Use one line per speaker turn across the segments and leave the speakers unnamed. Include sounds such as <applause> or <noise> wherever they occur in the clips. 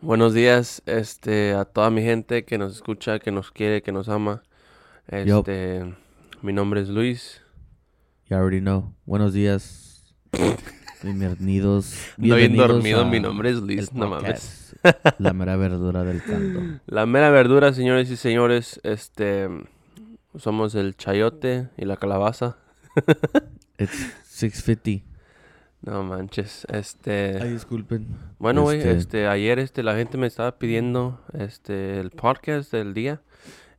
Buenos días, este, a toda mi gente que nos escucha, que nos quiere, que nos ama.
Yup.
Este, mi nombre es Luis.
You already know.
<laughs>
Buenos días. Bienvenidos.
No bien
bienvenidos
dormido,
a
mi nombre es Luis,
el
no mames.
podcast, La mera verdura del canto.
La mera verdura, señores y señores, este, somos el chayote y la calabaza.
It's 650.
No manches, este...
Ay, disculpen.
Bueno, güey,
Este-
este... ayer este, la gente me estaba pidiendo este, el podcast del día.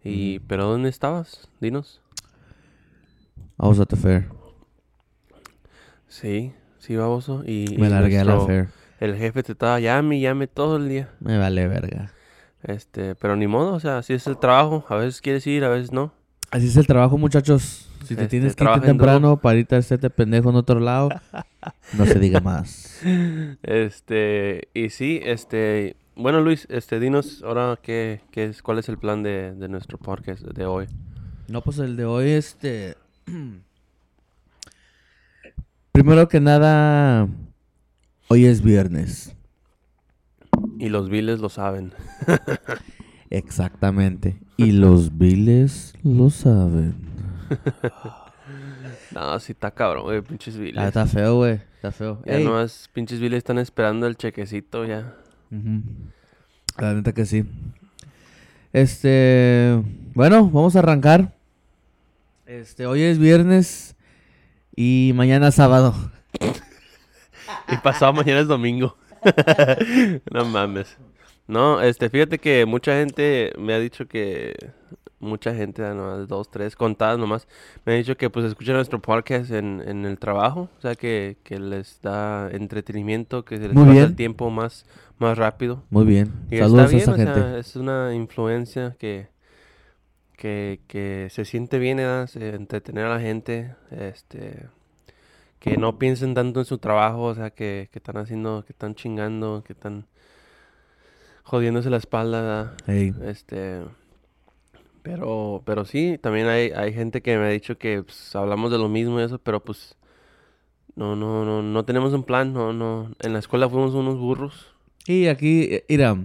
Y,
Mm.
¿pero dónde estabas? Dinos.
I was at the fair.
Sí, sí, baboso. Y, y
Me largué a la
nuestro-
fair.
El jefe te estaba llame y llame todo el día.
Me vale verga.
Este, pero ni modo, o sea, así es el trabajo. A veces quieres ir, a veces no.
Así es el trabajo, muchachos. Si te
Este,
tienes que ir
trabajen
temprano para irte a hacerte pendejo en otro lado, no se
<laughs>
diga más.
Este, y sí, este, bueno Luis, este, dinos ahora qué, qué es, cuál es el plan de, de nuestro podcast de hoy.
No, pues el de hoy, este. <clears throat> Primero que nada, hoy es viernes.
Y los viles lo saben.
Exactamente.
<laughs>
Y los viles lo saben.
No, sí está cabrón, güey, pinches viles.
Ah, está feo, güey. Está feo.
Ya
Ey.
nomás pinches viles están esperando el chequecito ya.
Ujú. La neta que sí. Este. Bueno, vamos a arrancar. Este, hoy es viernes y mañana es sábado.
<laughs> Y pasado mañana es domingo. <laughs> no mames. No, este, fíjate que mucha gente me ha dicho que... Mucha gente, ah, nomás dos, tres, contadas nomás, me ha dicho que pues escuchan nuestro podcast en, en el trabajo, o sea que, que les da entretenimiento, que se les
Muy
pasa el
bien.
tiempo más, más rápido.
Muy bien.
Y
Saludos
está bien,
a esa
o
gente.
sea, es una influencia que, que, que se siente bien, ¿verdad? Se- entretener a la gente, este, que no piensen tanto en su trabajo, o sea, que, que están haciendo, que están chingando, que están jodiéndose la espalda, ¿verdad?
Ey.
Este, pero, pero sí, también hay, hay gente que me ha dicho que pues, hablamos de lo mismo y eso, pero pues no, no, no, no tenemos un plan, no, no. En la escuela fuimos unos burros.
Y aquí, eh, mira.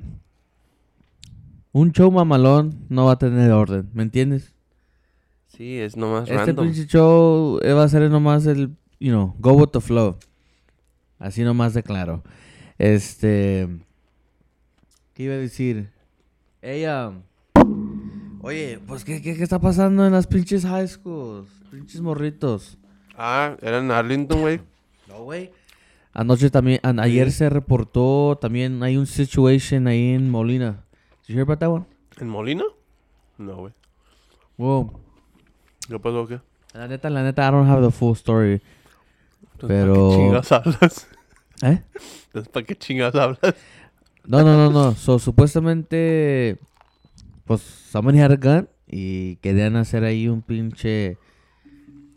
Un show mamalón no va a tener orden, ¿me entiendes?
Sí, es nomás
Este
random.
pinche show eh, va a ser nomás el, you know, go with the flow. Así nomás de claro. Este. ¿Qué iba a decir? Ella. Oye, pues, ¿qué, qué, qué está pasando en las pinches high schools? Pinches morritos.
Ah, era en Arlington, güey.
No, güey. Anoche también, an- ayer se reportó también, hay un situation ahí en Molina. ¿Did you hear about that one?
¿En Molina? No, güey.
Wow.
¿Qué pasó qué?
La neta, la neta, I don't have the full story.
Entonces, ¿Para
Pero-
qué chingas hablas?
¿Eh?
<laughs> Entonces, ¿para qué chingas hablas?
No, no, no, no. So, supuestamente, pues, somebody had a gun y querían hacer ahí un pinche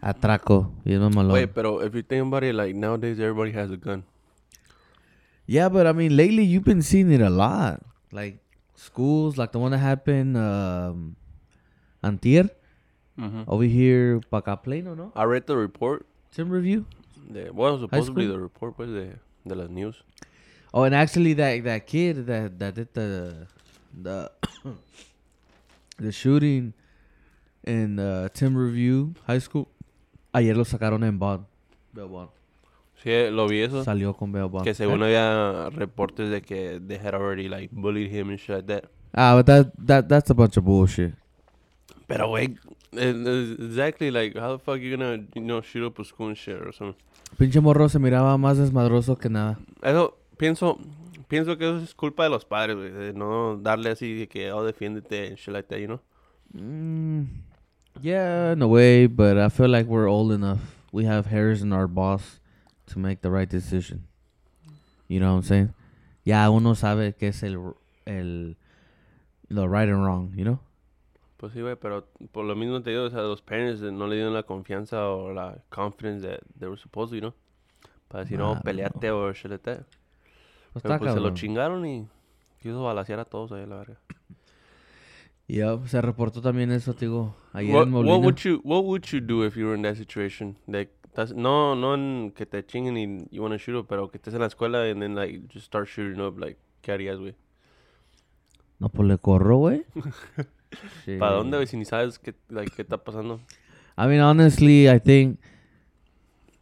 atraco. Y es mamalón.
Güey, pero if you think about it, like nowadays everybody has a gun.
Yeah, but I mean, lately you've been seeing it a lot. Like, schools, like the one that happened um, antier. Over here, Paca Plano, ¿no?
I read the report.
Tim Review.
De, well, supposedly
school?
the report, pues, de, de las news.
Oh, and actually, that that kid that that did the the <coughs> the shooting in uh, Tim Review High School, ayer lo sacaron en bond. Bail bond.
Sí, eh, lo vi eso.
Salió con bail bond.
Que según había reportes de que they had already, like, bullied him and shit like that.
Ah, but that that that's a bunch of bullshit.
Pero, güey, eh, eh, exactly, like, how the fuck you gonna, you know, shoot up a school and shit or something?
Pinche morro se miraba más desmadroso que nada.
Eso, pienso, pienso que eso es culpa de los padres, güey, de no darle así de que, oh, defiéndete, and shit like that, you know?
Mm, yeah, in a way, but I feel like we're old enough. We have hairs in our boss to make the right decision. You know what I'm saying? Ya uno sabe que es el, el the right and wrong, you know?
Pues sí, güey, pero por lo mismo te digo, o sea, los parents eh, no le dieron la confianza o la confidence that they were supposed to, you know? Para decir, no,
Claro.
peleate o shit like that.
No
Pero
está
pues se lo
cabrón.
chingaron y quiso balasear a todos ahí, a la verga.
Yup, se reportó también eso, te digo, ayer
What,
en
what
Molina.
would you What would you do if you were in that situation? Like, estás- no, no en que te chinguen y you want to shoot up, pero que estés en la escuela and then like just start shooting up, like, ¿qué harías, güey?
No, pues le
<laughs>
corro, güey. Sí.
¿Para dónde, güey? Si ni sabes qué, like, qué está pasando.
I mean, honestly, I think,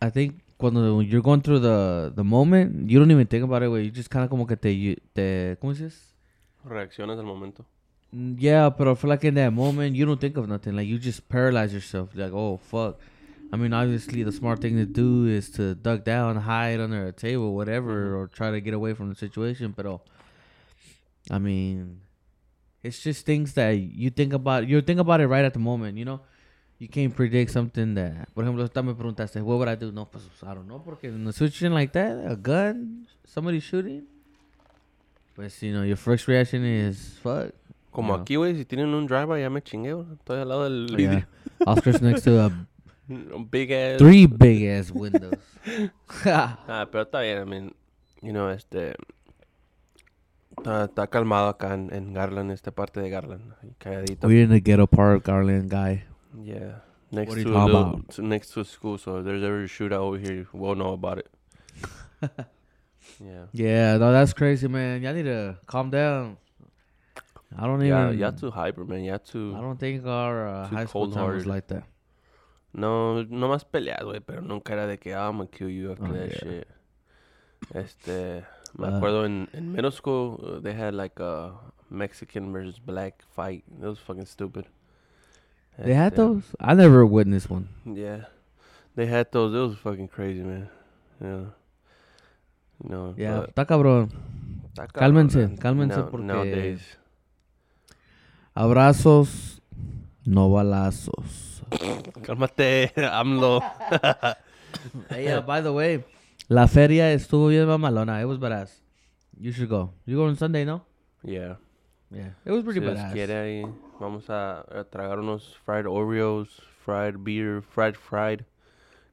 I think cuando you're going through the, the moment, you don't even think about it, güey. You just kind of como que te, you- te, ¿cómo dices?
Reacciones al momento.
Mm, Yeah, but I feel like in that moment, you don't think of nothing. Like, you just paralyze yourself. Like, oh, fuck. I mean, obviously, the smart thing to do is to duck down, hide under a table, whatever, or try to get away from the situation. But, oh, I mean, it's just things that you think about. You think about it right at the moment, you know? You can't predict something that, por ejemplo, esta me preguntaste, what would I do? No, pues, I don't know, porque in a situation like that, a gun, somebody shooting, but, you know, your first reaction is, fuck.
Como
Ya.
aquí, güey, si tienen un driver ya me chingué, güey. Estoy al lado del
Yeah.
vidrio.
Oscar's next to a
<laughs> Un big ass.
three big
<laughs>
ass windows.
Ah, pero está bien, I mean, you know, este... Está, está calmado acá en, en Garland, esta parte de Garland. ahí Calladito.
We're in the ghetto part, Garland guy.
Yeah. Next
are you
to a
talking
little-
about?
to- next to school, so if there's ever a shootout over here, we'll know about
<laughs>
it. yeah.
Yeah, no, that's crazy, man. Y'all need to calm down. I don't
Yeah,
even.
you too hyper, man. Ya
I
too.
don't think our uh,
too
high school time was
cold-hearted.
like that.
No, no más peleas, güey, pero nunca era de que, ah, I'm gonna kill you after
Oh,
that
yeah.
shit. Este, me
Ah.
acuerdo en, en middle school, uh, they had like a Mexican versus black fight. It was fucking stupid.
They had
Este,
those. I never witnessed one.
Yeah. They had those. It was fucking crazy, man. Yeah. You know,
Yeah,
but-
está cabrón.
Está cabrón,
Cálmense,
man.
cálmense
Now-
porque-
nowadays. <laughs>
Abrazos, no balazos.
Cálmate, <laughs>
<laughs>
AMLO.
hey, uh, by the way, la feria estuvo bien mamalona. It was badass. You should go. You go on Sunday, no?
Yeah.
Yeah, it was
Si
pretty
Dios
badass.
quiere ahí, vamos a, a tragar unos fried Oreos, fried beer, fried fried.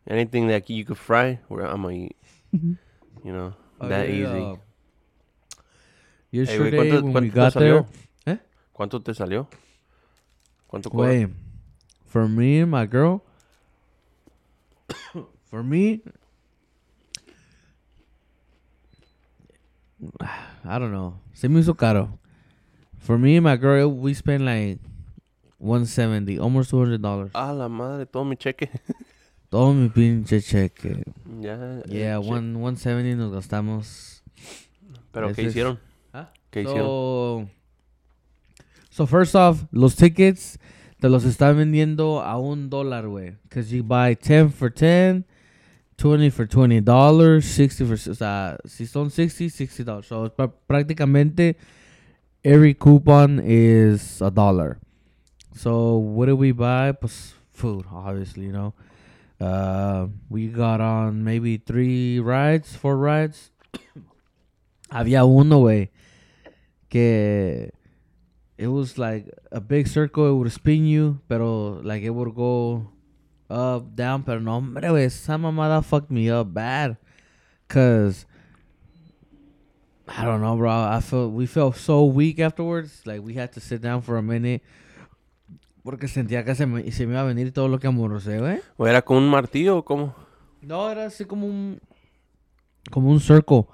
Anything that you could fry, where I'm gonna eat. You know,
Oh,
that
yeah,
easy.
uh,
Hey,
Yesterday
güey, ¿cuánto,
when
cuánto
we
te
got there,
salió?
¿Eh?
¿Cuánto te salió? ¿Cuánto cobra?
wait, for me and my girl, <coughs> for me, <sighs> I don't know. Se me hizo caro. For me and my girl, we spent like 170, almost 200 dollars.
Ah, la madre, todo mi cheque. <laughs>
Todo mi pinche cheque.
ya. el
Yeah,
Eh, che-
one, 170 nos gastamos.
Pero ¿qué
ese es-
hicieron? ¿Qué hicieron?
So, so first off, los tickets te los están vendiendo a un dólar, güey. Because you buy 10 for 10, 20 for 20 dollars, 60 for... O sea, si son 60, 60 dollars. So, pra- prácticamente, every coupon is a dollar. So, what did we buy? Pues, food, obviously, you know. Uh, we got on maybe three rides, four rides. <coughs> Había uno, güey, que it was like a big circle, it would spin you, pero like it would go up, down, pero no, hombre, güey, esa mamada fucked me up bad. Cause I don't know, bro. I felt we felt so weak afterwards. Like we had to sit down for a minute. Porque sentía que se me, se me iba a venir todo lo que amorosé, güey.
¿O era con un martillo o cómo?
No, era así como un. Como un circo.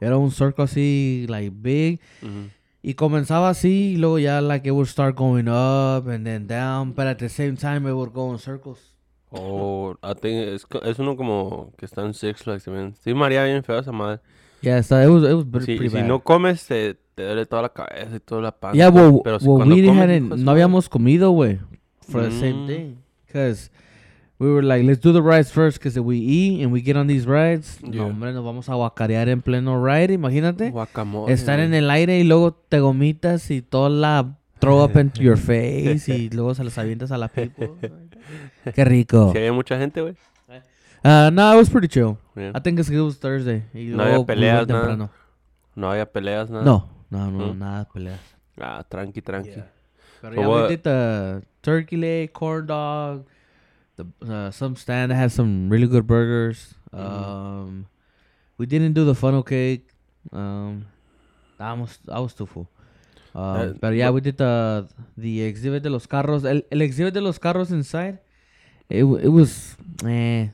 Era un circo así, like big.
Ujú.
Y comenzaba así, y luego ya, like, it would start going up and then down. But at the same time, it would go in circles.
Oh, I think es, co- es uno como que está en Six Flags también. Sí, María, bien feo esa madre.
Yeah, so it was, it was pre-
Si,
pretty
si
bad.
no comes, te, te duele toda la cabeza y toda la panza.
yeah, well,
pero si
well,
cuando
we
comes,
hadn't,
hijo de su
no
madre.
habíamos comido, güey. For the
Mm.
same thing. Because we were like, let's do the rides first. Because if we eat and we get on these rides,
Yeah.
no, hombre, nos vamos a guacarear en pleno ride, imagínate.
Guacamole.
Estar en el aire y luego te gomitas y toda la throw up
<laughs>
in your face y luego se las avientas a la people. Qué rico.
Si había mucha gente, güey.
Uh, no, it was pretty chill.
Yeah.
I think it's- it was Thursday. Y
No había
luego
peleas, nada.
muy temprano.
No había peleas, nada.
No, no, no,
Mm.
nada de peleas.
Ah, tranqui, tranqui.
Yeah. Pero
So
yeah,
what-
we did the turkey leg, corn dog, the uh, some stand that had some really good burgers.
Mhm.
Um, we didn't do the funnel cake. Um, I was I was too full. Um,
That-
but yeah,
what-
we did the the exhibit de los carros. El, el exhibit de los carros inside. It wa- it was eh,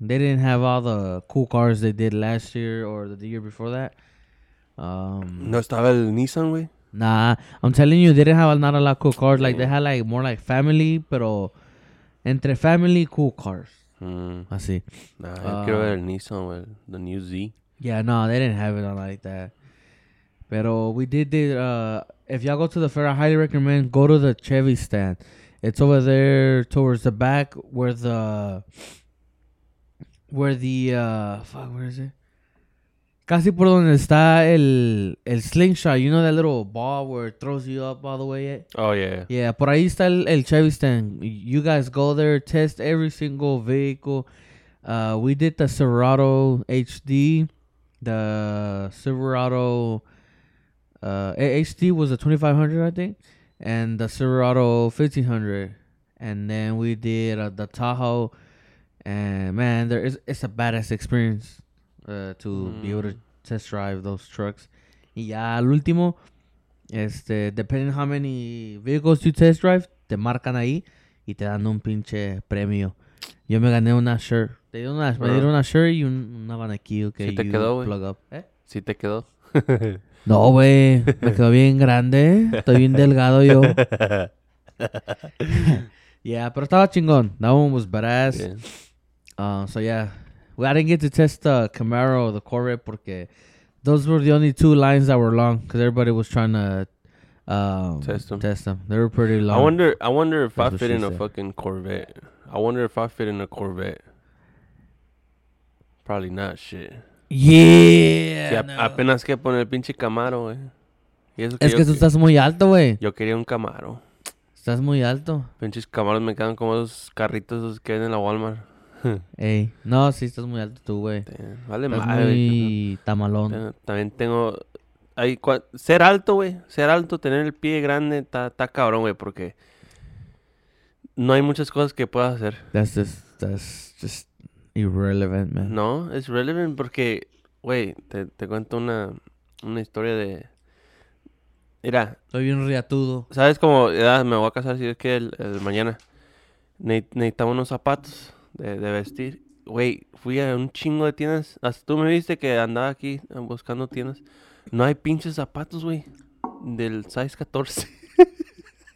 they didn't have all the cool cars they did last year or the year before that. Um,
No Mm. estaba el Nissan, güey.
Nah, I'm telling you, they didn't have not a lot of cool cars. Like they had like more like family, pero entre family cool cars.
Mm,
Así.
nah, yo quiero
Ah.
ver el Nissan o el the New Z.
Yeah, no, they didn't have it on like that. Pero we did the. Uh, if y'all go to the fair, I highly recommend go to the Chevy stand. It's over there towards the back where the where the uh fuck where is it? Casi por donde está el el slingshot. You know that little ball where it throws you up all the way. Yet?
Oh yeah.
Yeah, por ahí está el, el Chevy stand. You guys go there, test every single vehicle. Uh, we did the Silverado HD. The Silverado uh, A- HD was a 2500, I think, and the Silverado 1500. And then we did uh, the Tahoe. And man, there is it's a badass experience uh, to be able to test drive those trucks. Y ya al último, este, depending how many vehicles you test drive, te marcan ahí y te dan un pinche premio. Yo me gané una shirt. Te dieron una, me
Ah.
dieron una shirt y un, una banaquillo que
Sí te
you
quedó, güey.
plug up. ¿Eh?
Sí te quedó.
No, güey. Me quedó bien grande. Estoy bien
<laughs>
delgado yo. Yeah, pero estaba chingón. That one was badass.
Yeah.
Uh, so yeah, well, I didn't get to test the Camaro, the Corvette, porque those were the only two lines that were long because everybody was trying to um,
Test 'em.
them. They were pretty long.
I wonder. I wonder if
That's
I
what
fit
she
in a
said.
fucking Corvette. I wonder if I fit in a Corvette. Probably not shit.
Yeah.
Sí, a-
no.
apenas que poner el pinche Camaro, eh. Y eso que
Es
yo,
que tú
que-
estás muy alto, güey.
yo quería un Camaro.
Estás muy alto.
Pinches Camaros me quedan como esos carritos esos que hay en la Walmart.
Ey, no, sí, estás muy alto tú, güey.
Damn, Vale
Estás
madre. güey.
muy tamalón.
Tengo- También tengo... Hay, cua- ser alto, güey. Ser alto, tener el pie grande, está cabrón, güey, porque... No hay muchas cosas que puedas hacer.
That's just, that's just irrelevant, man.
No, es relevant porque, güey, te, te cuento una, una historia de... Mira,
Estoy bien riatudo.
¿Sabes cómo? Ya me voy a casar si es que el, el mañana. Ne- necesitaba unos zapatos de, de vestir. Güey, fui a un chingo de tiendas. Hasta tú me viste que andaba aquí eh, buscando tiendas. No hay pinches zapatos, güey. Del size 14.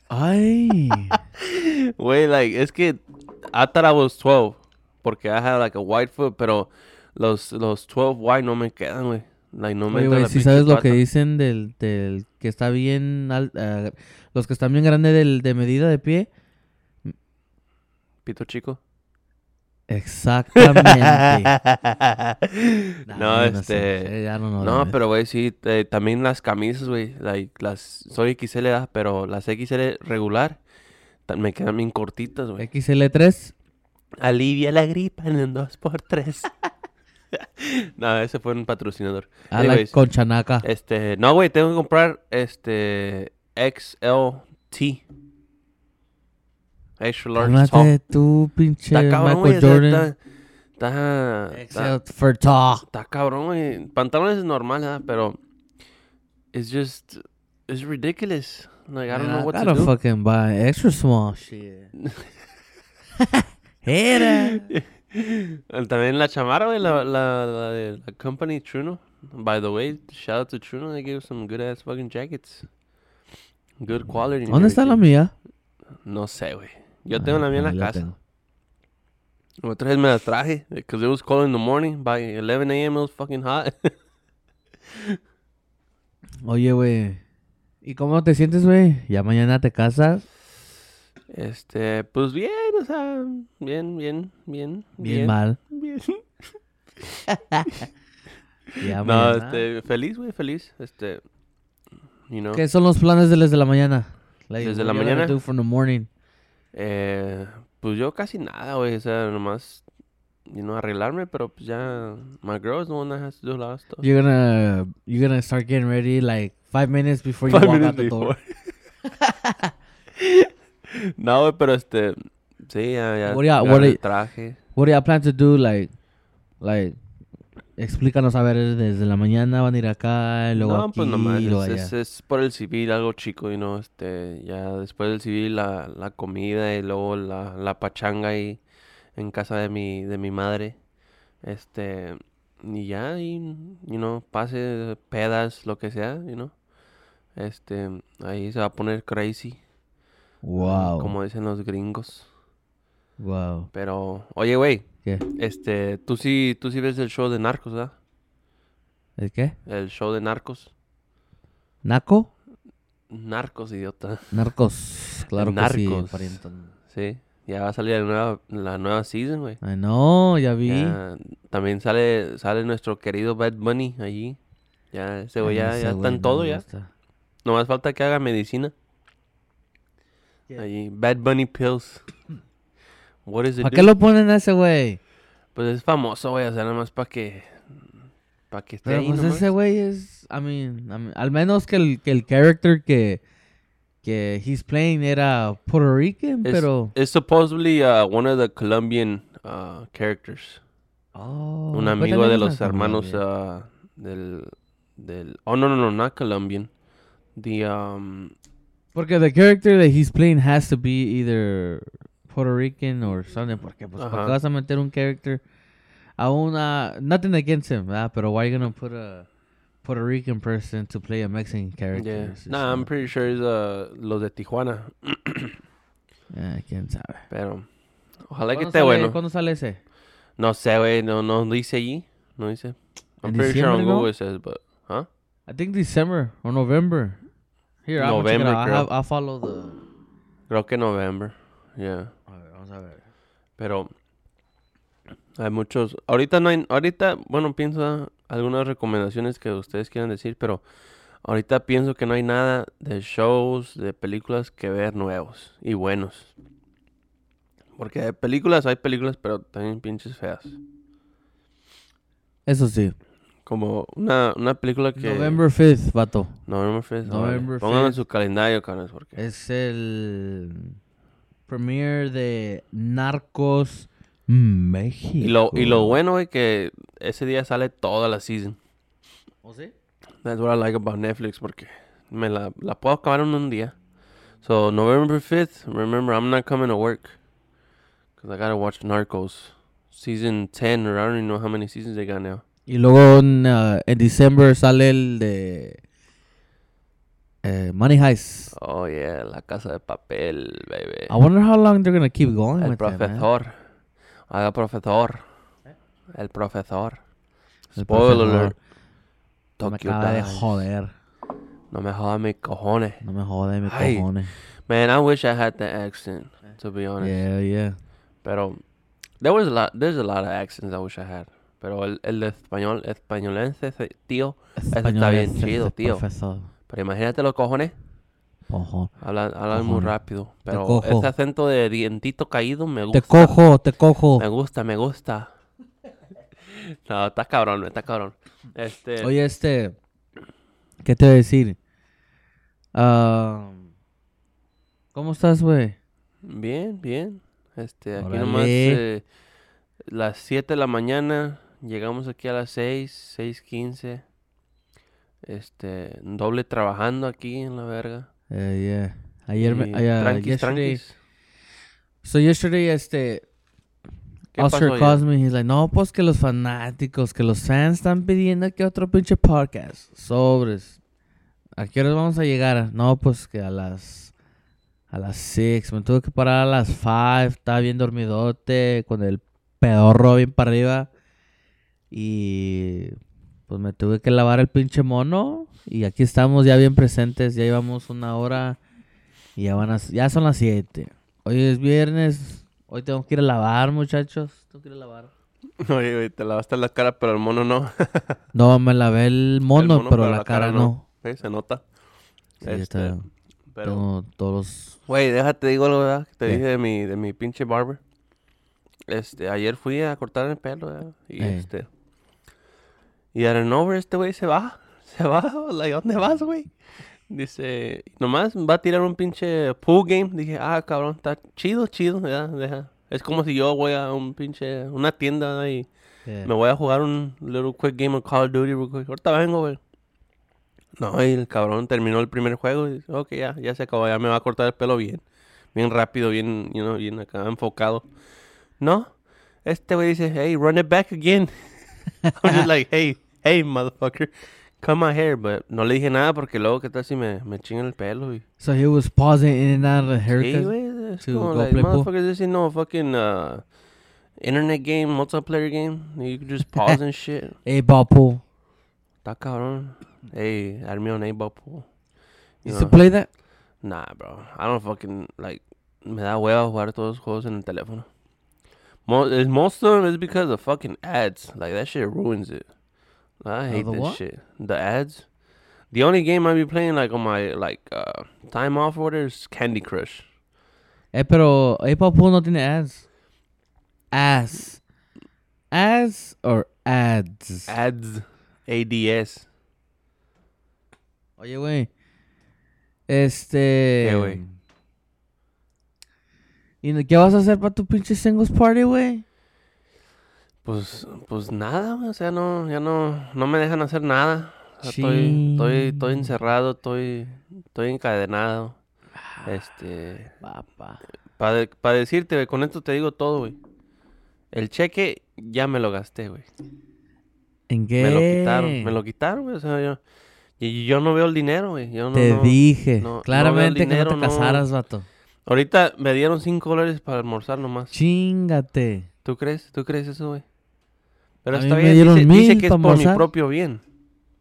Ay.
<laughs> Güey, like, es que I thought I was 12. Porque I had like a wide foot, pero los, los 12 wide no me quedan, güey. Like, no me
Oye,
entra
güey,
la
si
pinche
sabes lo que
pata.
dicen del, del que está bien al- ah, los que están bien grandes del, de medida de pie.
Pito chico.
Exactamente. Nah,
<laughs> no,
yo sé,
este...
eh, I don't know,
No,
man.
pero güey, sí, eh, también las camisas, güey, like, las, soy XL, ah, pero las XL regular, ta- me quedan bien cortitas, güey.
XL3.
Alivia la gripa en el 2x3. <laughs> no, ese fue un patrocinador.
A la
Anyways,
con chanaca.
Este, no, güey, tengo que comprar, este, XLT. Extra large tall.
Cálmate tú, pinche
Está cabrón, güey,
Michael
o sea,
Jordan.
está- está- está-
Except for talk.
Está cabrón, güey. Pantalones es normal, ¿ah? Pero. It's just. It's ridiculous. Like, I don't know what to
I don't
do.
fucking buy extra
<laughs>
small shit. Era.
También la chamarra, güey. La, la, la de la company Truno. By the way, shout out to Truno. They gave us some good ass fucking jackets. Good quality. and
¿Dónde está la Ah,
everything.
mía?
No sé, güey. Yo tengo la mía en
Ahí
la casa. Otra vez me la traje. Because it was cold in the morning. By 11 a.m. it was fucking hot. <laughs>
Oye, güey. ¿Y cómo te sientes, güey? Ya mañana te casas.
este. Pues bien, o sea. Bien, bien, bien.
Bien, mal.
Bien.
<laughs> Ya
No,
mañana.
este, feliz, güey, feliz. Este, you know.
¿Qué son los planes de desde la mañana? Like,
¿Desde la
what you gotta
mañana?
do from the morning.
Eh, pues yo casi nada, güey, o sea, nomás, you know, arreglarme, pero pues ya, my girl is the one that has to do a lot of stuff.
You're gonna you're gonna start getting ready like five minutes before
<laughs>
you
Five
walk out
minutes
the door.
before. <laughs> no, güey, pero este, sí, ya, ya,
What do ya-
agarré
what do
el
you-
traje.
What do you plan to do? Like, like, explícanos a ver desde la mañana van a ir acá, y luego
No,
aquí,
pues nomás,
y
es,
luego
es-
allá.
es por el civil, algo chico, you know, este, ya después del civil la, la comida y luego la, la pachanga ahí en casa de mi, de mi madre, este, y ya, y, you know, pase, pedas, lo que sea, you know, Este, ahí se va a poner crazy,
Wow.
como dicen los gringos.
Wow.
Pero, oye, güey,
¿Qué?
este, tú sí, tú sí ves el show de Narcos, ¿verdad?
¿El qué?
El show de Narcos.
¿Naco?
Narcos, idiota.
Narcos. Claro que sí,
Narcos.
pariente.
Sí, ya va a salir la nueva, la nueva season, güey.
Ay, no, ya vi.
Ya, también sale, sale nuestro querido Bad Bunny allí. Ya, ese güey
Ah,
ya, ya está en todo ya. Nomás falta que haga medicina.
¿Qué?
Allí, Bad Bunny
<clears throat>
Pills. What is it?
¿Para qué
do?
lo ponen a ese güey?
Pues es famoso, güey, o sea, nada más para que... Para que esté
Pero
ahí
pues
nomás.
ese güey es, I mean, I mean, al menos que el, que el character que, que he's playing era Puerto Rican,
Es-
pero...
Es supposedly uh, one of the Colombian uh, characters.
Oh,
un
pero
amigo
también
de
es
los
una
hermanos
comedia.
ah, del, del... Oh, no, no, no, not Colombian. The, um,
Porque the character that he's playing has to be either Puerto Rican or something, porque pues ¿para
Ajá.
qué vas a meter un character a una... Nothing against him, ¿verdad? Pero why you gonna put a Puerto Rican person to play a Mexican character?
yeah.
It's just
Nah, I'm
not-
pretty sure it's uh, los de Tijuana.
Ah, quién sabe.
Pero ojalá que
¿Cuándo
esté
sale-
bueno.
¿Cuándo sale ese?
No sé, güey, no, no dice allí. No dice. I'm
¿En
pretty sure on
diciembre, no?
Google it says, but, huh?
I think December or November. Here, I'll check it
November,
out. I
creo.
have, I follow the.
Creo que November. Yeah. Pero hay muchos. Ahorita no hay. Ahorita, bueno, pienso algunas recomendaciones que ustedes quieran decir, pero ahorita pienso que no hay nada de shows, de películas que ver nuevos y buenos. Porque de películas hay películas, pero también pinches feas.
Eso sí.
Como una, una película que.
November 5th, vato.
November 5th. ah, vale.
November
Pónganlo en
5th.
su calendario, cabrones, porque.
Es el premiere de Narcos México.
Y lo, y lo bueno es que ese día sale toda la season.
¿O ¿Oh, sí?
That's what I like about Netflix porque me la, la puedo acabar en un día. So, November 5th, remember, I'm not coming to work. Because I gotta watch Narcos. Season 10, or I don't even know how many seasons they got now.
Y luego en, uh, en diciembre sale el de eh, Money Heist.
Oh, yeah, La Casa de Papel, baby.
I wonder how long they're gonna keep going
Oh, El
with that, man.
profesor. Ah, El profesor. El profesor.
El
Spoiler
profesor.
alert.
No me
Tokyo
acaba de
Dice.
joder.
No me jodas mis cojones.
No me jode, me
Ay.
cojones.
Man, I wish I had that accent, to be honest.
Yeah, yeah.
Pero there was a lot, there's a lot of accents I wish I had. Pero el, el español, españolense, ese tío. está
Español
bien
es
chido,
ese
tío.
profesor.
Pero imagínate los cojones.
Ojo.
Hablan, hablan muy
Cojones.
rápido. Pero
cojo.
ese acento de dientito caído me gusta.
Te cojo, te cojo.
Me gusta, me gusta. <laughs> No, está cabrón, está cabrón. Este,
Oye, este. ¿Qué te voy a decir? Ah, ¿Cómo estás, güey?
Bien, bien. Este, aquí
Órale.
nomás eh, las 7 de la mañana, llegamos aquí a las 6, 6:15. Este, doble trabajando aquí en la verga.
Eh, yeah. Ayer me.
Y
ay, ah,
tranquis,
yesterday-
tranquis.
So, yesterday, este.
¿Qué pasó
Oscar
ayer?
Cosme, he's like, no, pues que los fanáticos, que los fans están pidiendo que otro pinche podcast. Sobres. ¿A qué horas vamos a llegar? No, pues que a las. A las 6. Me tuve que parar a las 5. Estaba bien dormidote, con el pedorro bien para arriba. Y. Pues me tuve que lavar el pinche mono. Y aquí estamos ya bien presentes. Ya llevamos una hora. Y ya, van a, ya son las 7. Hoy es viernes. Hoy tengo que ir a lavar, muchachos. Tengo que ir a lavar.
<laughs> Oye, güey, te lavaste la cara, pero el mono no. <laughs>
No, me lavé el mono,
mono,
pero la, cara, no.
Sí, Eh, Se nota.
Sí, ya
Este,
está.
pero,
Tengo todos
güey, déjate, digo algo, ¿verdad? Que te
¿Qué?
dije de mi, de mi pinche barber. Este, ayer fui a cortar el pelo, ¿verdad? Y
Ey.
este. Y a over, este güey se va. <laughs> Se va. Like, ¿a ¿Dónde vas, güey? Dice, nomás va a tirar un pinche pool game. Dije, ah, cabrón, está chido, chido, ¿verdad? Deja. Es como si yo voy a un pinche, una tienda ¿verdad? y
los...
Me voy a jugar un little quick game of Call of Duty real quick. Ahorita vengo, güey. No, y el cabrón terminó el primer juego y dice, ok, ya, ya se acabó, ya me va a cortar el pelo bien. Bien rápido, bien, you know, bien acá, enfocado. No, <laughs> este güey dice, hey, run it back again. I'm just like, hey, hey, motherfucker. cut my hair, but no le dije nada porque luego qué tal si me, me chingan el pelo y...
So he was pausing in and out of the
Sí,
haircut.
güey, es
to
como
go
like,
play pool?
motherfuckers, this ain't no fucking uh, internet game, multiplayer game. You can just pause
<laughs>
and shit.
Hey, ball pool.
Está cabrón. Hey, armé un eight-ball pool. You
You still
know?
play that?
Nah, bro. I don't fucking, like, me da hueva jugar todos los juegos en el teléfono. Mo is- most of them is because of fucking ads. Like, that shit ruins it. I hate
the
that
what?
shit. The ads. The only game I be playing, like, on my, like, uh, time off order is Candy Crush.
Eh, pero eight ball pool no tiene ads. Ass. Ass or ads?
Ads. ADS.
Oye, güey. Este.
¿Qué, güey?
¿Y no- qué vas a hacer para tu pinche singles party, güey?
Pues, pues nada, güey, o sea, no, ya no, no me dejan hacer nada. O sea, estoy, estoy, estoy
Chin.
encerrado, estoy, estoy encadenado.
Ah.
Este,
Papá.
para decirte, güey, con esto te digo todo, güey. El cheque ya me lo gasté, güey.
¿En qué?
Me lo quitaron, me lo quitaron, güey. O sea, yo, y yo no veo el dinero, güey. Yo no,
Te
no-
dije.
no- no veo el
Claramente que
dinero,
no te
no.
casaras, vato.
Ahorita me dieron 5 dólares para almorzar nomás.
Chingate.
¿Tú crees? ¿Tú crees eso, güey? Pero
A
está
mí me
bien,
dieron
dice, dice
mil
que es
pa'
por
almorzar.
mi propio bien.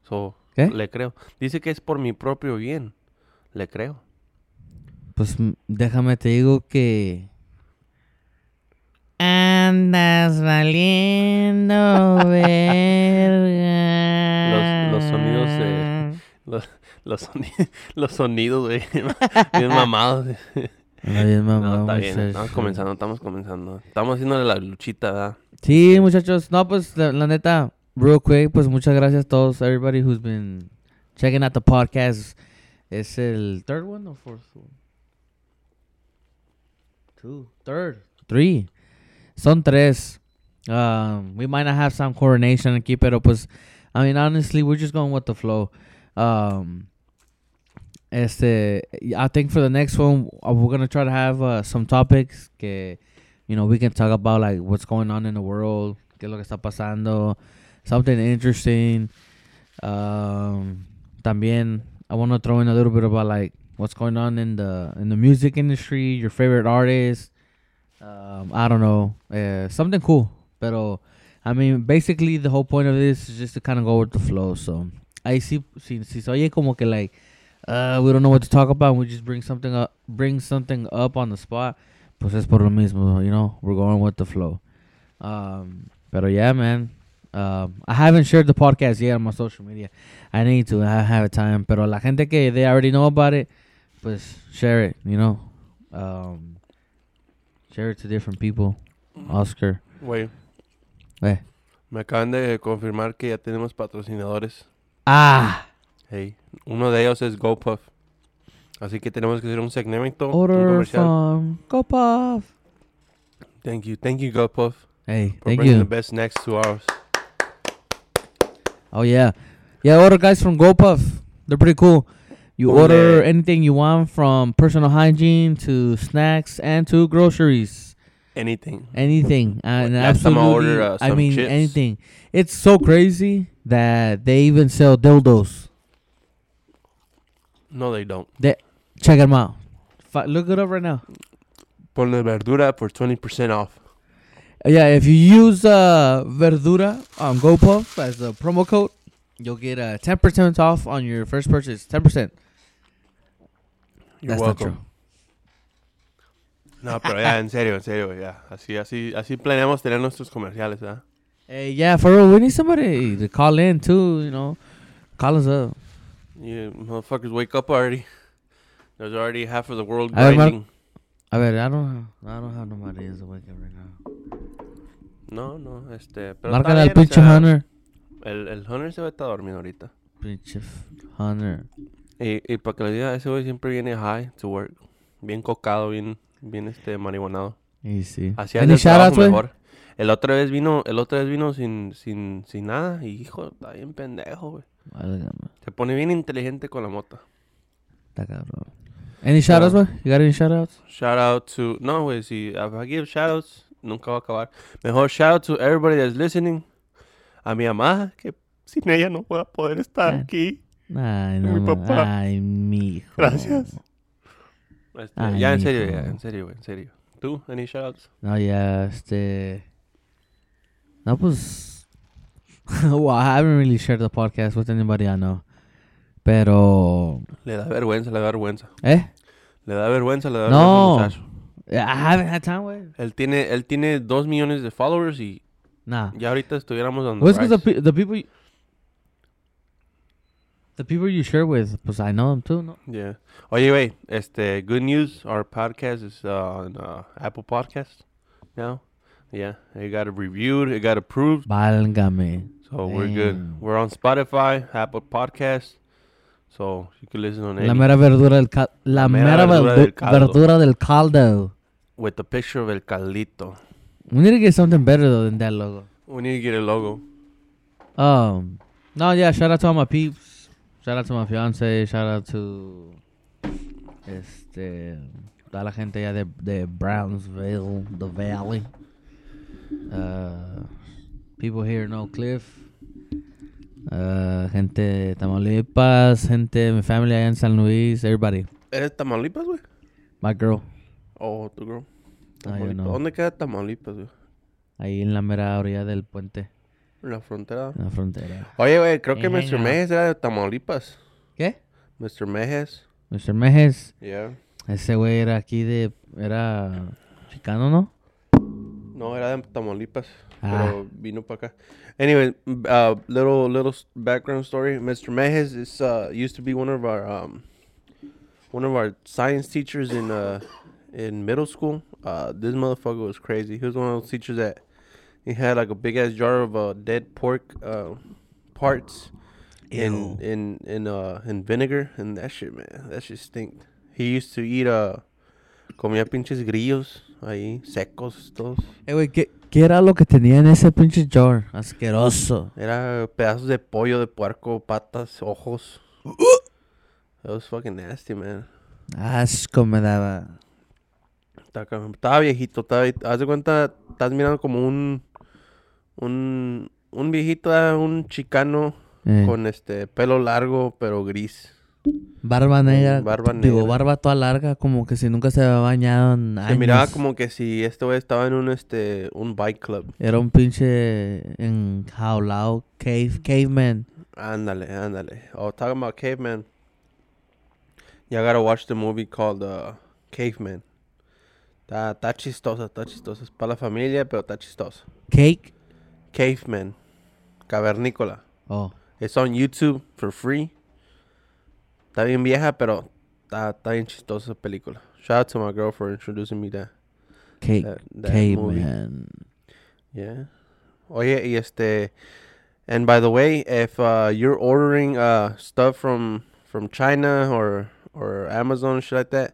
So,
¿Qué?
Le creo. Dice que es por mi propio bien. Le creo.
Pues mm, déjame te digo que. Andas
<laughs>
valiendo, verga.
Los- los sonidos, eh, Los, los, soni- <laughs> los sonidos, güey. <laughs> Bien mamados.
Anda bien mamado,
No, está bien.
muchacho.
Estamos comenzando, estamos comenzando. Estamos haciéndole la luchita, ¿verdad?
Sí, muchachos. No, pues la, la neta, real quick, pues muchas gracias a todos, everybody who's been checking out the podcast. Es el third one or fourth one? Two, third, three. Son tres. Um, we might not have some coronation aquí, pero pues, I mean, honestly, we're just going with the flow. Um, este, I think for the next one, uh, we're gonna try to have uh, some topics que you know, we can talk about like what's going on in the world, qué es lo que está pasando, something interesting. Um, también, I want to throw in a little bit about like what's going on in the in the music industry, your favorite artists. Um, I don't know, uh, something cool. Pero, I mean, basically the whole point of this is just to kind of go with the flow. So, ahí sí, si, si se oye como que like, uh, we don't know what to talk about, we just bring something up, bring something up on the spot pues es por lo mismo, you know, we're going with the flow. Um, pero yeah, man. Um, I haven't shared the podcast yet on my social media. I need to. I haven't time. Pero la gente que they already know about it, pues share it, you know. Um, share it to different people.
Mm-hmm.
Oscar.
Güey,
Eh.
me acaban de confirmar que ya tenemos patrocinadores.
Ah.
Hey, uno de ellos es GoPuff. Así que tenemos que hacer un segmento, un
Order
comercial.
from Kopov.
Thank you, thank you, GoPuff.
Hey,
For
thank
bringing the
you.
best next to ours.
Oh yeah, yeah. Order guys from GoPuff. They're pretty cool. You
Ole.
order anything you want from personal hygiene to snacks and to groceries.
Anything.
Eh. Anything. Uh, And
last time I
absolutely,
ordered, uh,
I
some
mean
chips.
anything. It's so crazy that they even sell dildos.
No, they don't.
Check them out. Fi- look it up right now.
Ponle verdura for 20% off.
Uh, Yeah, if you use uh, Verdura on GoPuff as a promo code, you'll get uh, 10% off on your first purchase. 10%.
You're
That's not
welcome.
true.
No, pero ya, en serio, en serio, ya. Así, así, así planeamos tener nuestros comerciales, ¿ah? ¿verdad?
Hey, yeah, for real, we need somebody to call in too. You know, call us up.
You eh, motherfuckers wake up already. There's already half of the world
A ver, Mar-
grinding.
I bet I don't have, I don't have nobody that's awake right now.
No, no, este... Pero está
Marca al
bien, o
pinche
sea,
Hunter.
El, el Hunter se va a estar dormido ahorita.
Pinche f- Hunter.
Y, y para que le diga, ese güey siempre viene high to work. Bien cocado, bien, bien este, marihuanado.
Easy.
Así hace
Any
el
shoutouts,
trabajo
güey?
mejor. El otra vez vino, el otra vez vino sin, sin, sin nada. Y hijo, está bien pendejo, güey.
Válgame,
Se pone bien inteligente con la mota.
Está cabrón. Any shoutouts, güey? You got any shoutouts?
Shout out to. No, güey, si if I give shoutouts, nunca va a acabar. Mejor shout out to everybody that's listening. A mi mamá, que Sin ella no voy a poder estar
Ah.
aquí.
Ay, no.
Mi
ma-
papá.
Ay, mi hijo.
Gracias. Este,
Ay,
ya, en
mijo.
serio, ya, en serio, güey, en serio. ¿Tú? ¿Any shoutouts?
No, ya, este. No, pues. <laughs> well, I haven't really shared the podcast with anybody I know. Pero.
Le da vergüenza, le da vergüenza.
Eh?
Le da vergüenza, le da
No.
vergüenza. al muchacho.
I haven't had time with.
Él tiene, él tiene dos millones de followers y
Nah.
ya ahorita estuviéramos donde.
Well, it's 'cause the, pe- the people. You, the people you share with, pues I know them too, no?
Yeah. Oye, güey, este, good news. Our podcast is uh, on uh, Apple Podcast now. Yeah, it got reviewed, it got approved,
Válgame.
so we're good.
Damn.
We're on Spotify, Apple Podcast, so you can listen on
La
any
mera verdura del cal- La mera, verdura, del
caldo.
verdura del caldo.
with the picture of El Caldito.
We need to get something better though than that logo.
We need to get a logo.
Um, no, yeah. Shout out to all my peeps. Shout out to my fiance. Shout out to este toda la gente allá de, de Brownsville, the Valley. Uh, people here in Oak Cliff. Uh, gente de Tamaulipas, gente, mi family allá en San Luis, everybody.
¿Eres Tamaulipas, güey?
My girl,
Oh, tu girl.
Ah, yo
Tamaulipas.
no.
¿Dónde queda Tamaulipas, güey?
ahí en la mera orilla del puente,
En la frontera.
en la frontera.
Oye, güey, creo que
Eh,
Mr.
no.
Mejes era de Tamaulipas.
¿Qué?
Mr. Mejes.
Mr. Mejes,
Yeah.
ese güey era aquí de, era chicano, ¿no?
No, era de Tamaulipas,
Ah.
pero vino para acá. Anyway, m- uh, little little s- background story. Mr. Mejes is uh, used to be one of our um, one of our science teachers in uh, in middle school. Uh, this motherfucker was crazy. He was one of those teachers that he had like a big ass jar of uh, dead pork uh, parts in in in uh in vinegar and that shit, man. That shit stink. He used to eat uh comía pinches grillos ahí secos todos.
Eh, güey, ¿qué, qué era lo que tenía en ese pinche jar? Asqueroso.
Era pedazos de pollo, de puerco, patas, ojos. That was fucking nasty, man.
Asco me daba.
Está cabrón. Estaba viejito, estaba vie- Haz de cuenta, estás mirando como un. Un. Un viejito, ah, un chicano
Eh,
con este pelo largo, pero gris.
barba negra.
barba
Digo,
negra.
barba toda larga, como que si nunca se había bañado en
Se
años.
miraba como que si este güey estaba en un este. un bike club.
Era un pinche enjaulado cave, caveman.
Ándale, ándale. Oh, talking about caveman. You gotta watch the movie called uh, Caveman. Está, está chistosa, está chistosa. Es para la familia, pero está chistosa.
Cake.
Caveman. Cavernícola.
Oh,
It's on YouTube for free. Está bien vieja, pero está, está bien chistosa esa película. Shout out to my girl for introducing me that.
cake.
that, that movie.
Caveman.
Oh, Yeah. Oye, y este, and by the way, if uh, you're ordering uh, stuff from from China or or Amazon and shit like that,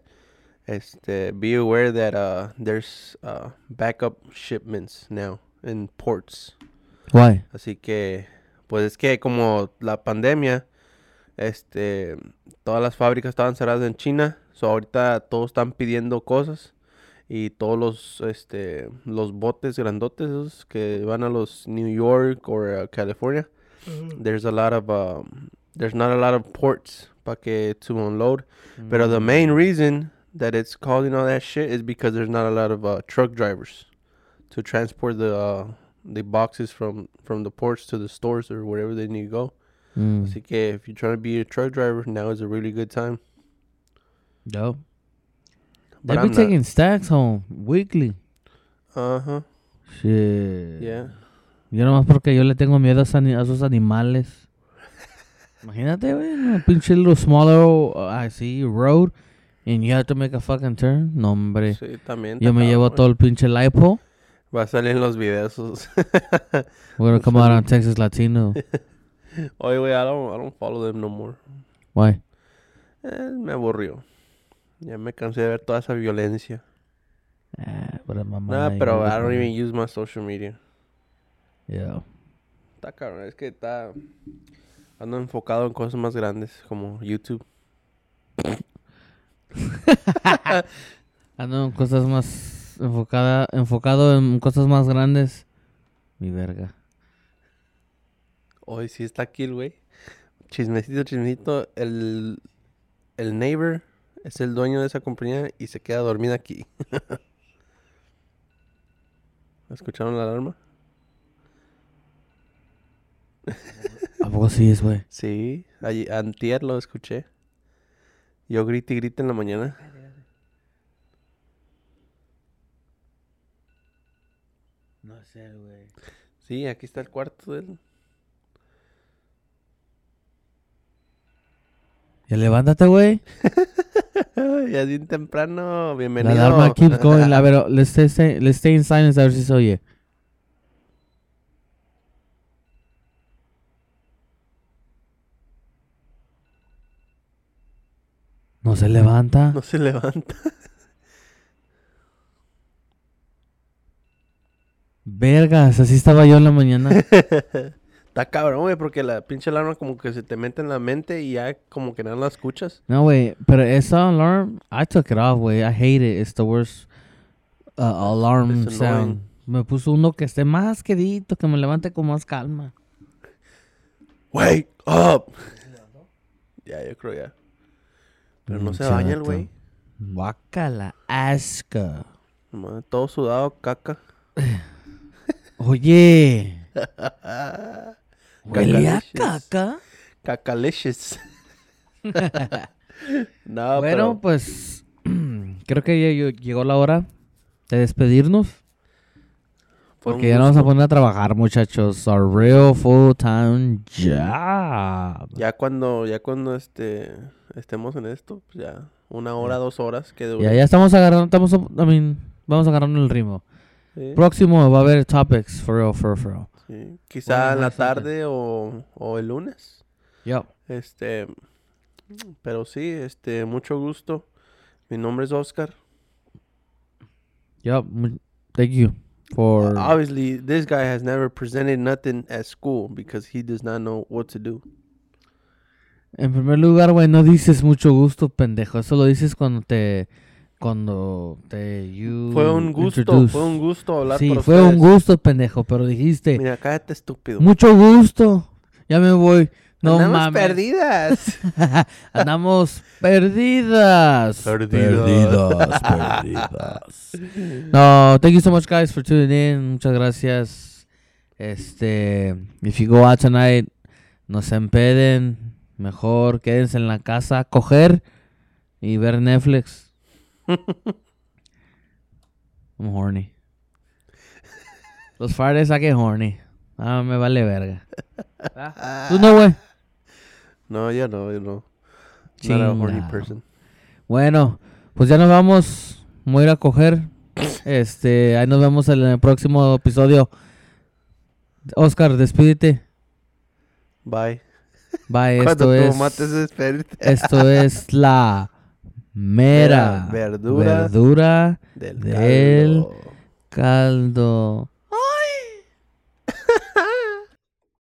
este, be aware that uh, there's uh, backup shipments now in ports.
Why?
Así que, pues es que como la pandemia, este, todas las fábricas estaban cerradas en China, so ahorita todos están pidiendo cosas y todos los, este, los botes grandotes esos que van a los New York o a California, there's a lot of, um, there's not a lot of ports para que to unload.
Mm-hmm.
Pero the main reason that it's causing all that shit is because there's not a lot of uh, truck drivers to transport the uh, the boxes from from the ports to the stores or wherever they need to go.
Mm.
Así que if you're trying to be a truck driver, now is a really good time.
Dope.
But
They be
I'm not.
taking stacks home weekly.
Uh huh.
Shit.
Yeah.
Yo nomás porque yo le tengo miedo a, esos ani- a
<laughs>
esos animales. Imagínate, güey, una pinche little smaller uh, así road and you have to make a fucking turn. No, hombre.
Sí, también.
Yo me
está
llevo
cabrón.
todo el pinche light pole.
Va a salir en los videos. <laughs> esos.
We're gonna come out on
<laughs>
Texas Latino.
Oye, güey, I don't, I don't follow them no more.
Why?
Eh, me aburrió. Ya me cansé de ver toda esa violencia.
Ah, what a mamá.
Nah,
y
pero
yo-
I don't even use my social media.
Yeah.
Está cabrón, es que está. Ando enfocado en cosas más grandes como YouTube.
Ando en cosas más enfocada, enfocado en cosas más grandes. Mi verga.
Hoy sí está aquí el güey. Chismecito, chismecito. El, el neighbor es el dueño de esa compañía y se queda dormida aquí. <laughs> ¿Escucharon la alarma?
¿A poco sí es, güey?
Sí, allí, antier lo escuché. Yo grité y grité en la mañana.
No sé, güey.
Sí, aquí está el cuarto de él. <laughs>
Ya levántate, güey.
ya es bien temprano.
La
Bienvenido.
alarma
<laughs>
keep going. A ver, let's stay, stay- let's stay in silence a ver si se oye. No se levanta.
No se levanta.
Vergas, así estaba yo en
<laughs>
la mañana.
Está cabrón, güey, porque la pinche alarma como que se te mete en la mente y ya como que no la escuchas.
No, güey, pero esa alarm, I took it off, güey. I hate it. It's the worst uh, alarm
It's
sound.
annoying.
Me puso uno que esté más quedito, que me levante con más calma.
Wake up. ya, yo creo ya. Pero no se
Pinche
baña el
vato.
güey.
Guácala, asca.
Nomás Todo sudado, caca.
Oye, <laughs> huele a
Cacalicious.
caca.
Cacalicious. <laughs> no, Ah,
Bueno,
pero...
pues <clears throat> creo que ya yo- llegó la hora de despedirnos.
fue un
Porque ya nos vamos a
gusto.
poner a trabajar, muchachos. A real full-time job.
Ya cuando, ya cuando este, estemos en esto, pues ya una hora, dos horas que dure.
Ya, ya estamos agarrando, estamos, I mean, vamos agarrando el ritmo.
Sí,
Próximo va a haber topics, for real, for real, for real.
sí. Quizá en la
más tarde.
tarde o, o el lunes.
Yup.
Este, pero sí, este, mucho gusto. Mi nombre es Oscar.
Yup. mu- Thank you for...
Ah, Obviously, this guy has never presented nothing at school because he does not know what to do.
En primer lugar, güey, no dices mucho gusto, pendejo. Eso lo dices cuando te... Cuando te... You
Fue un gusto,
Mm, introduce.
fue un gusto hablar
Sí,
con
fue un
ustedes.
gusto, pendejo, pero dijiste...
Mira, cállate estúpido.
Mucho gusto. Ya me voy. No
Andamos
mames.
perdidas.
<laughs> Andamos perdidas.
Perdidas.
perdidas. No, thank you so much, guys, for tuning in. Muchas gracias. Este, if you go out tonight, no se empeden. Mejor quédense en la casa, coger y ver Netflix. I'm horny. Los Fridays I get horny. Ah, me vale verga. Ah, Tú no, güey.
no, yo no, yo no. Not a horny
Chingao.
person.
Bueno, pues ya nos vamos. Me Voy a ir a coger. Este, ahí nos vemos en el próximo episodio. Oscar, despídete.
Bye.
Bye,
<laughs> Cuando
esto
tu
es.
mamá te desperté <laughs>
Esto es la mera
Mera verdura
verdura
del
del
caldo.
caldo.